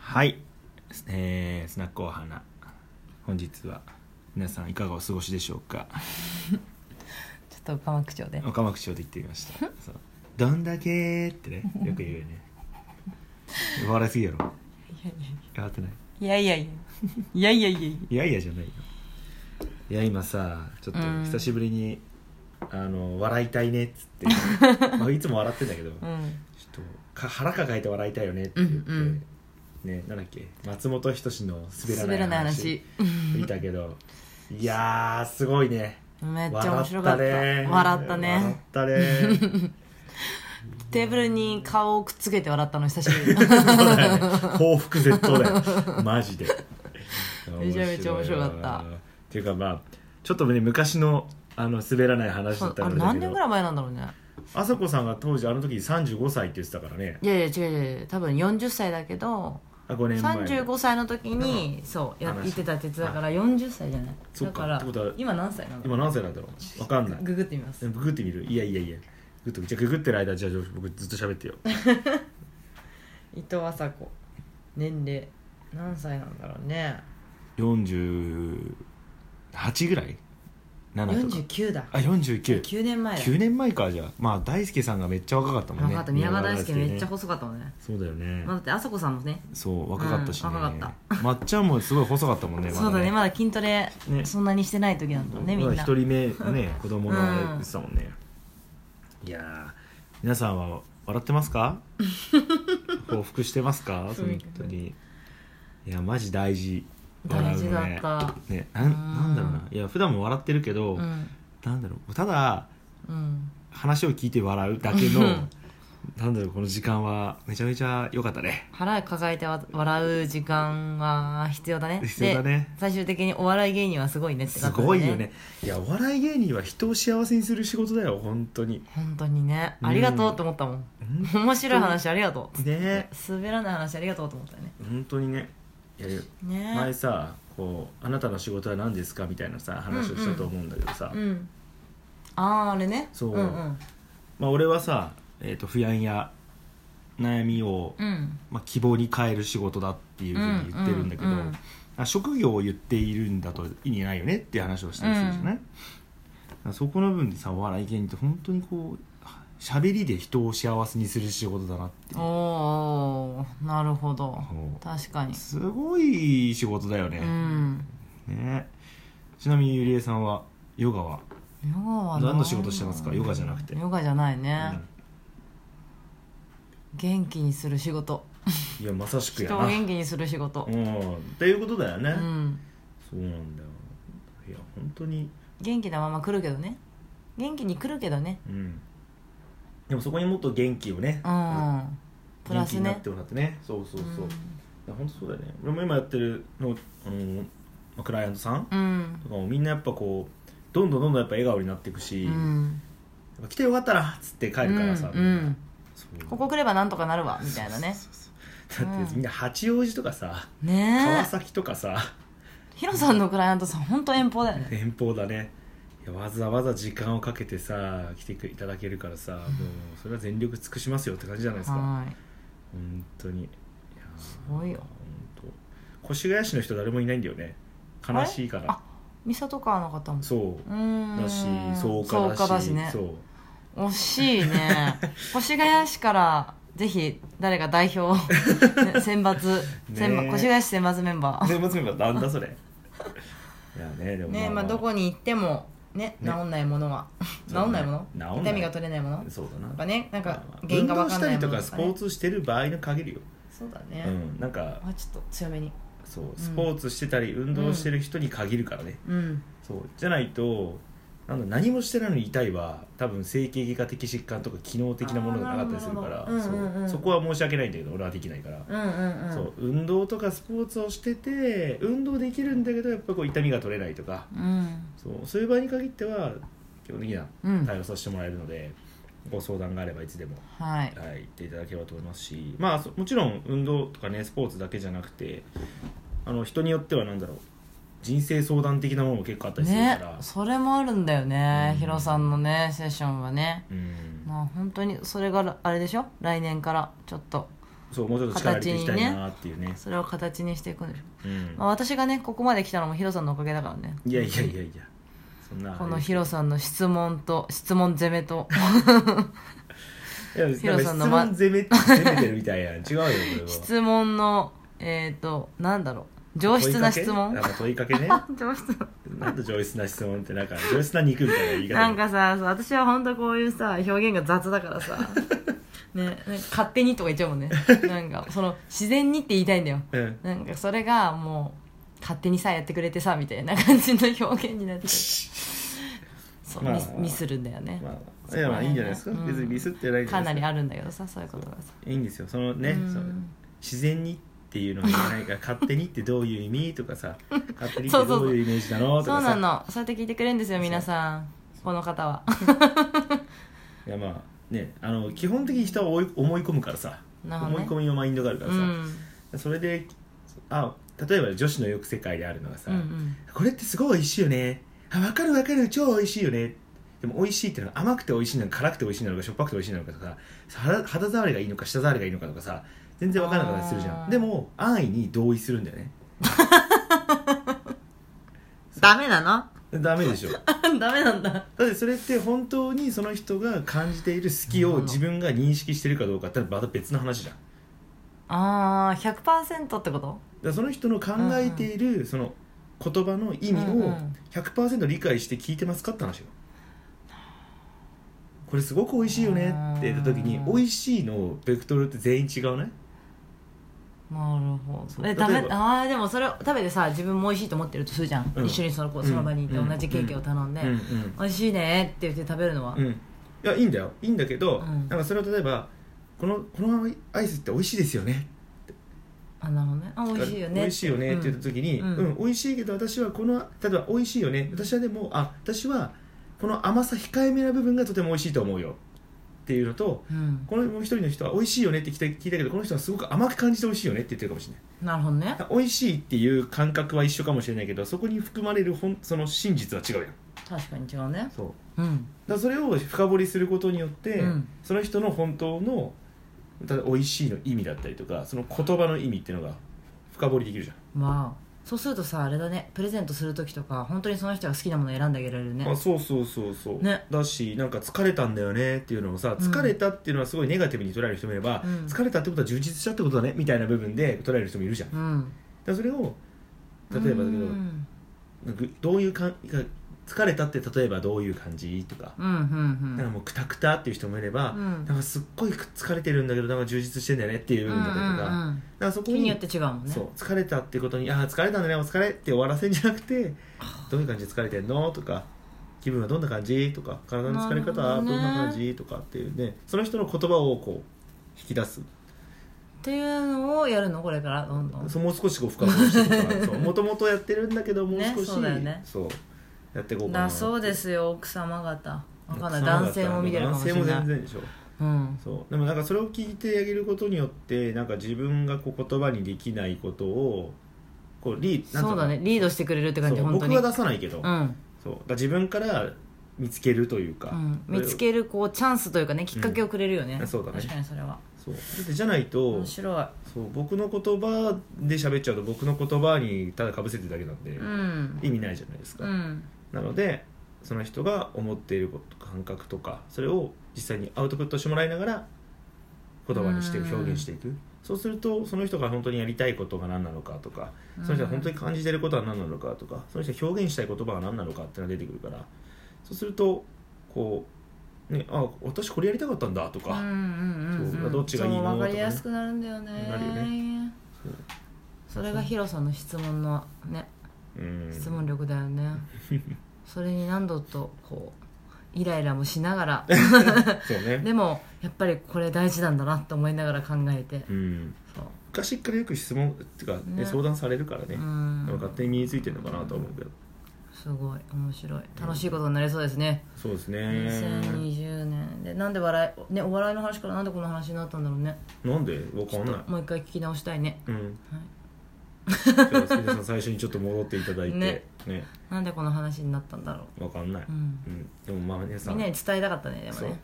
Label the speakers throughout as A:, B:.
A: はい、えー、スナックお花本日は皆さんいかがお過ごしでしょうか
B: ちょっと岡幕町で
A: 岡幕町で行ってみま したそうどんだけーってねよく言うよね笑いすぎやろ変わってない
B: いやいやいやいやいやいやいや
A: いや
B: いやいや
A: いやじゃないよいや今さちょっと
B: うん
A: 久しぶりに、あの笑いたいねっつって まあいつも笑ってんだけど、ちょっ
B: うん
A: とか腹抱えて笑いたいよねって言って、
B: うんうん
A: ねなんだっけ松本人志の滑らな
B: 滑ら
A: い
B: ない
A: 話
B: 話
A: 見たけどいやーすごいね
B: めっちゃ
A: 笑
B: 面白かった
A: ね
B: 笑ったね
A: 笑ったね
B: テーブルに顔をくっつけて笑ったの久しぶり
A: そうだよね 報復絶倒だよマジで
B: めちゃめちゃ面白かった
A: 面白いわっていうかまあちょっとね昔のあの滑らない話だった
B: あ
A: ん
B: れ
A: だ
B: 何
A: け
B: 年
A: ど
B: ぐらい前なんだろうね
A: あさこさんが当時あの時35歳って言ってたからね
B: いやいや違う違う多分40歳だけど
A: あ5年前
B: 35歳の時にそうや
A: 話
B: 言ってたって言ってたから40歳じゃない
A: そ
B: だ
A: っか
B: から
A: ってことは
B: 今何歳なの
A: 今何歳なんだろうわかんない
B: ググってみます
A: ググってみるいやいやいやググってじゃあググってる間じゃあ僕ずっと喋ってよ
B: 伊藤麻子年齢何歳なんだろうね
A: 48ぐらい7とか
B: 49だ
A: あ49
B: 9年前だ
A: 9年前かじゃあまあ大輔さんがめっちゃ若かったもんね
B: 分かった宮川大輔めっちゃ
A: 細
B: 細かったもんね
A: そうだよね、
B: まあだってあさこさんもね
A: そう若かったしね、
B: うん若か
A: まっちゃんもすごい細かったもんね
B: そうだねまだ筋トレ
A: ね
B: そんなにしてない時なんだねみ
A: まだ
B: んな
A: 一人目ね子供のあ
B: う
A: れ
B: ん
A: でしたもんね、いやー皆さんは笑ってます か報復してますか
B: そうだ
A: 本
B: ね
A: 当にいやマジ大事
B: 大事だ
A: 笑うのね
B: った
A: ねなんなんだろうないや普段も笑ってるけど、
B: うん
A: なんだろうただ
B: うん
A: 話を聞いて笑うだけの
B: うん
A: なんだろうこの時間はめちゃめちゃ良かったね
B: 腹抱えてわ笑う時間は必要だね
A: 必要だね
B: で最終的にお笑い芸人はすごいねって
A: す
B: なった
A: ごいよねいやお笑い芸人は人を幸せにする仕事だよ本当に
B: 本当にね
A: うん
B: ありがとうって思ったもん
A: 本
B: 面白い話ありがとう
A: ね
B: 滑らない話ありがとうと思ったよね
A: 本当にねいや前
B: ね
A: さこう「あなたの仕事は何ですか?」みたいなさ話をしたと思うんだけどさ、
B: うんあああれね
A: そう
B: うんうん
A: まあ、俺はさ、えー、と不安や悩みを、
B: うん
A: まあ、希望に変える仕事だっていうふうに言ってるんだけど、
B: うんうんうん
A: あ職業を言っているんだと意味ないよねっていう話をしたりするじゃない、だからそこの部分でさお笑い芸人って本当にこう喋りで人を幸せにする仕事だなっていう
B: おーなるほど
A: そう
B: 確かに
A: すごい仕事だよ
B: う
A: ね,、
B: ん
A: ねちなみにゆりえさんはヨガは
B: ヨガはな
A: 何の仕事してますかヨガじゃなくて
B: ヨガじゃないね、元気にする仕事
A: いやまさしくや
B: 人
A: な
B: を
A: うん
B: 元気にする仕事
A: っていうことだよね、
B: うん
A: そうなんだよいや本当に
B: 元気なまま来るけどね元気に来るけどね
A: うんでもそこにもっと元気をね、
B: うん
A: 元
B: プラ
A: 気
B: ス
A: になっ
B: ね
A: てもらってねそうそうそう、
B: うん
A: いや本当そうだよね俺も今やってるのあの、まあ、クライアントさん
B: うん
A: とかもみんなやっぱこうどんどんどんどんやっぱ笑顔になっていくし、
B: う
A: やっ
B: ん
A: ぱ来てよかったなっつって帰るからさ、
B: うんうん
A: そう
B: ここ来ればなんとかなるわみたいなね
A: そうそうそうだっ
B: う
A: て
B: ん
A: みんな八王子とかさ、川
B: ねえ
A: 崎とかさ
B: ヒロさんのクライアントさん本当遠方だよね
A: 遠方だねいやわざわざ時間をかけてさ来ていただけるからさもうそれは全力尽くしますよって感じじゃないですか本
B: はーい
A: 当にいやー
B: すごいよ
A: 本当越谷市の人誰もいないんだよね悲しいか
B: あ
A: ら
B: ミサとかの方も
A: そう
B: うーん
A: だし草加
B: そう
A: だし
B: だしね
A: そう
B: 惜しいね 越谷市からぜひ誰か代 表を、ね選抜選抜
A: ねえ
B: 越谷市選抜メンバー
A: でも全部なんだそれいやねでも
B: ねまあどこに行ってもね治
A: ね
B: んないものは、
A: そうね
B: 治んないも
A: 治んな
B: の
A: い
B: 痛みが取れないもの
A: そうだ
B: と
A: な
B: かねなんか
A: まあ
B: 原因
A: 運
B: が分
A: 動
B: か
A: し
B: ん
A: た
B: な
A: り
B: いも
A: と
B: の
A: かスポー
B: ツ
A: ツしてる場合の限りよ、
B: そうだね、
A: うんなんか
B: あちょっと強めに
A: そうスポーツしてたり運動してる人に限るからね、
B: うん
A: そうじゃないとなんだ何もしてないのに痛いは多分整形外科的疾患とか機能的なものがなかったりするから
B: あーなるほどうんうんう
A: そう
B: ん
A: そこは申し訳ないんだけど俺はできないから、
B: うんうんうん
A: そう運動とかスポーツをしてて運動できるんだけどやっぱこう痛みが取れないとか
B: うん
A: そうそういう場合に限っては基本的には
B: うん
A: 対応させてもらえるので、ご相談があればいつでも、
B: はい
A: はい、言っていただければと思いますしまあそもちろん運動とかねスポーツだけじゃなくてあの人によっては何だろう人生相談的なものも結構あったりするか
B: ね
A: ら、
B: それもあるんだよね、
A: うん
B: ヒロさんのねセッションはね
A: うん
B: まあ本当にそれがあれでしょ来年からちょっと
A: そうもうちょっと力入れていきたいなっていうね
B: それを形にしていくんでしょ、
A: うん
B: まあ、私がねここまで来たのもヒロさんのおかげだからね
A: いやいやいやいやそんな
B: このヒロさんの質問と質問攻めと
A: いやなんか
B: ヒロさんの
A: 質
B: ま
A: 問攻め攻めてるみたいやん違うよこれは
B: 質問のえっ、となんだろう上質な質問
A: 問いかけなんか
B: 上質な
A: 問いかけねなんで上質な質問ってなんか上質な肉みたいな言い方
B: なんかさそう私は本当こういうさ表現が雑だ からさねなんか勝手にとか言っちゃうもんねなんかその自然にって言いたいんだよ
A: うん
B: なんかそれがもう勝手にさやってくれてさみたいな感じの表現になって そう、
A: まあ
B: ミスミスるんだよね、
A: まあいやまあいいんじゃないですか、
B: うん
A: 別にミスってないじゃ
B: か
A: な
B: ない
A: です
B: り
A: か
B: あるんだけどさそういうことがさ
A: いいんですよそのね
B: うん
A: その自然にっていうのがいらないから勝手にってどういう意味とかさ勝手にってどういうイメージなのと
B: そ
A: か
B: う
A: さ
B: なのそうやって聞いてくれるんですよ皆さんこの方は
A: いやまあねあの基本的に人は思い思い込むからさ、
B: なるほど
A: 思い
B: ね
A: 込みのマインドがあるから
B: う
A: さ、
B: ん
A: それであ例えば女子のよく世界であるのがさ、
B: うんうん
A: これってすごい美味しいよねあ分かる分かる超美味しいよねでも美味しいっていうのは甘くて美味しいなのか辛くて美味しいなのかしょっぱくて美味しいなのかとかさ肌肌触りがいいのか舌触りがいいのかとかさ全然分からなかったりするじゃ
B: あ
A: ん
B: ー
A: でも安易に同意するんだよね
B: ダメなの
A: ダメでしょだ
B: ダメなんだ
A: ってそれって本当にその人が感じている好き
B: なるほ
A: を
B: ど
A: 自分が認識してるかどうかってまた別の話じゃんだか
B: ああ100%ってこと
A: らその人の考えているその言葉の意味
B: うんう
A: を
B: ん
A: 100%理解して聞いてますかって話よこれすごく美味しいよねって言った時に
B: うん
A: 美味しいのベクトルって全員違うね
B: なるほ
A: そう
B: ど
A: 例
B: え
A: えば
B: ダメああでもそれを食べてさ自分も美味しいと思ってるとするじゃん、
A: うん
B: 一緒にその子その場にいて
A: うん
B: 同じケーキを頼んで、
A: うん
B: 美味しいねって言って食べるのは、
A: うんうんいやいいんだよいいんだけど、
B: うん
A: なんかそれを例えばこのこのアイスって美味しいですよね
B: あなるほどねあ美味しいよね
A: 美味しいよねって言った時に、う
B: うんん
A: 美味しいけど私はこの例えば美味しいよね私はでもあ私はこの甘さ控えめな部分がとても美味しいと思うよっていうのと
B: うん、
A: このもう一人の人は美味しいよねって聞いた聞いたけどこの人はすごく甘く感じて美味しいよねって言ってるかもしれない
B: なるほどね
A: 美味しいっていう感覚は一緒かもしれないけどそこに含まれるほんその真実は違うやん
B: 確かに違うね
A: そうだか
B: うん
A: らそれを深掘りすることによって、
B: うん
A: その人の本当のただ美味しいの意味だったりとかその言葉の意味っていうのが深掘りできるじゃ
B: まあそうするとさあれだねプレゼントする時とか本当にその人が好きなものを選んであげられる
A: ん、
B: ね
A: あそうそうそうそう、
B: ね
A: だしなんか疲れたんだよねっていうのもさ
B: うん
A: 疲れたっていうのはすごいネガティブに捉える人もいれば、
B: うん
A: 疲れたってことは充実したってことだねみたいな部分で捉える人もいるじゃんだか
B: うん
A: らそれを例えばだけど
B: うん
A: なんかどういうかん疲れたって例えばどういう感じとか
B: うんうん
A: なんかもうクタクタっていう人もいれば、
B: うん
A: なんかすっごい疲れてるんだけどなんか充実してんだよねっていう
B: うん
A: 部分だ
B: う
A: ったりとか,、
B: んうん
A: なんかそこ
B: 日
A: に
B: によって違うもんね
A: そう疲れたってことに「ああ疲れたんだねお疲れ」って終わらせんじゃなくて「どういう感じで疲れてんの?」とか「気分はどんな感じ?」とか「体の疲れ方はどんな感
B: なるほど
A: じ?」とかっていうねその人の言葉をこう引き出す
B: っていうのをやるのこれからどんどん
A: そうもう少しこう深掘りしていくからもともとやってるんだけどもう
B: ね
A: 少し、
B: そうだよね
A: そうやっていこうかな
B: だそうですすよ奥様方わかんない男性も見てるかもしれ
A: 男性も全
B: ない
A: 然でしょ
B: うん
A: そうでもなんかそれを聞いてあげることによってなんか自分がこう言葉にできないことをこうリーなんてい
B: そう
A: の
B: だねリードしてくれるって感じ
A: そう
B: 本当
A: 僕
B: に
A: は出さないけど、
B: うん
A: そうだから自分から見つけるというか、
B: うん見つ
A: る
B: けるこうチャンスというかねきっかけをくれるよね
A: うんそうだね
B: 確かにそれは
A: そうだってじゃないと
B: 面白い
A: そう僕の言葉で喋っちゃうと僕の言葉にただかぶせてるだけなんで、
B: うん
A: 意味ないじゃないですか、
B: うん
A: なのでその人が思っていること感覚とかそれを実際にアウトプットしてもらいながら言葉にして
B: うん
A: 表現していくそうするとその人が本当にやりたいことが何なのかとかその人が本当に感じていることは何なのかとかその人が表現したい言葉は何なのかっていうのが出てくるからそうするとこう、ね、あ私これやりたかったんだと
B: うん
A: か、
B: うんうんうん
A: そうどっちがいいの
B: そうわかりや
A: とかね
B: すくなるんだよね
A: なるよねそう
B: それがヒロさんの質問のね
A: うん
B: 質問力だよ ねそれに何度とこうイライラもしなが ら
A: そうね、
B: でもやっぱりこれ大事なんだなって思いながら考えて
A: うん、
B: そう
A: 昔からよく質問っていうか、ね
B: ね
A: 相談されるからね、
B: う
A: なんか
B: ん
A: 勝手に身についてるのかなとは思うけど、
B: すごい面白い楽しいことになりそうですね
A: そうですね
B: 2020年でなんで笑い、ね、お笑いの話からなんでこの話になったんだろうね
A: なんでわかんない
B: もう一回聞き直したいね
A: うん
B: はい
A: じゃあ杉田さん最初にちょっと戻っていただいてね
B: ねなんでこの話になったんだろ
A: わかんない、
B: う、うん、
A: うんでもまあ皆さ
B: み
A: ん
B: んなに伝えたかったねでも
A: そう
B: ね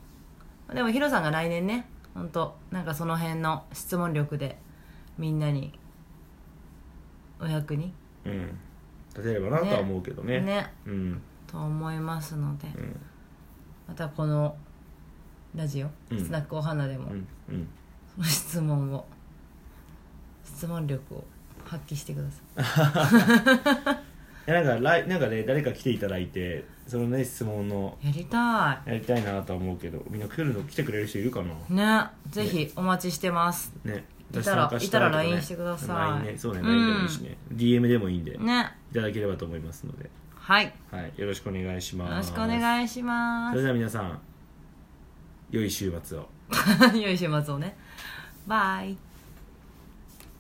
B: でもヒロさんが来年ね本当なんかその辺の質問力でみんなにお役に
A: うん立てればなとは思うけどね
B: ね
A: うん
B: と思いますので、
A: うん
B: またこのラジオ、
A: うん
B: スナックお花でも、
A: うんうん
B: その質問を質問力を発揮してくださ
A: いやなんか来なんかね誰か来ていただいてそのね質問の
B: いやりた
A: やりたいなとは思うけどみんな来るの来てくれる人いるかない
B: ねぜひお待ちしてます
A: ね
B: いたら
A: 私参加したら
B: いたら
A: とか
B: LINE してください
A: LINE ねそうね
B: うん
A: LINE でもいいしね、DM でもいいんでい
B: ね
A: ただければと思いますので、
B: はい
A: はい、よろしくお願いし
B: よ
A: ま
B: ろ
A: す
B: しくお願いしま
A: それ
B: す
A: では皆さん良い週末を
B: よい週末をねバイ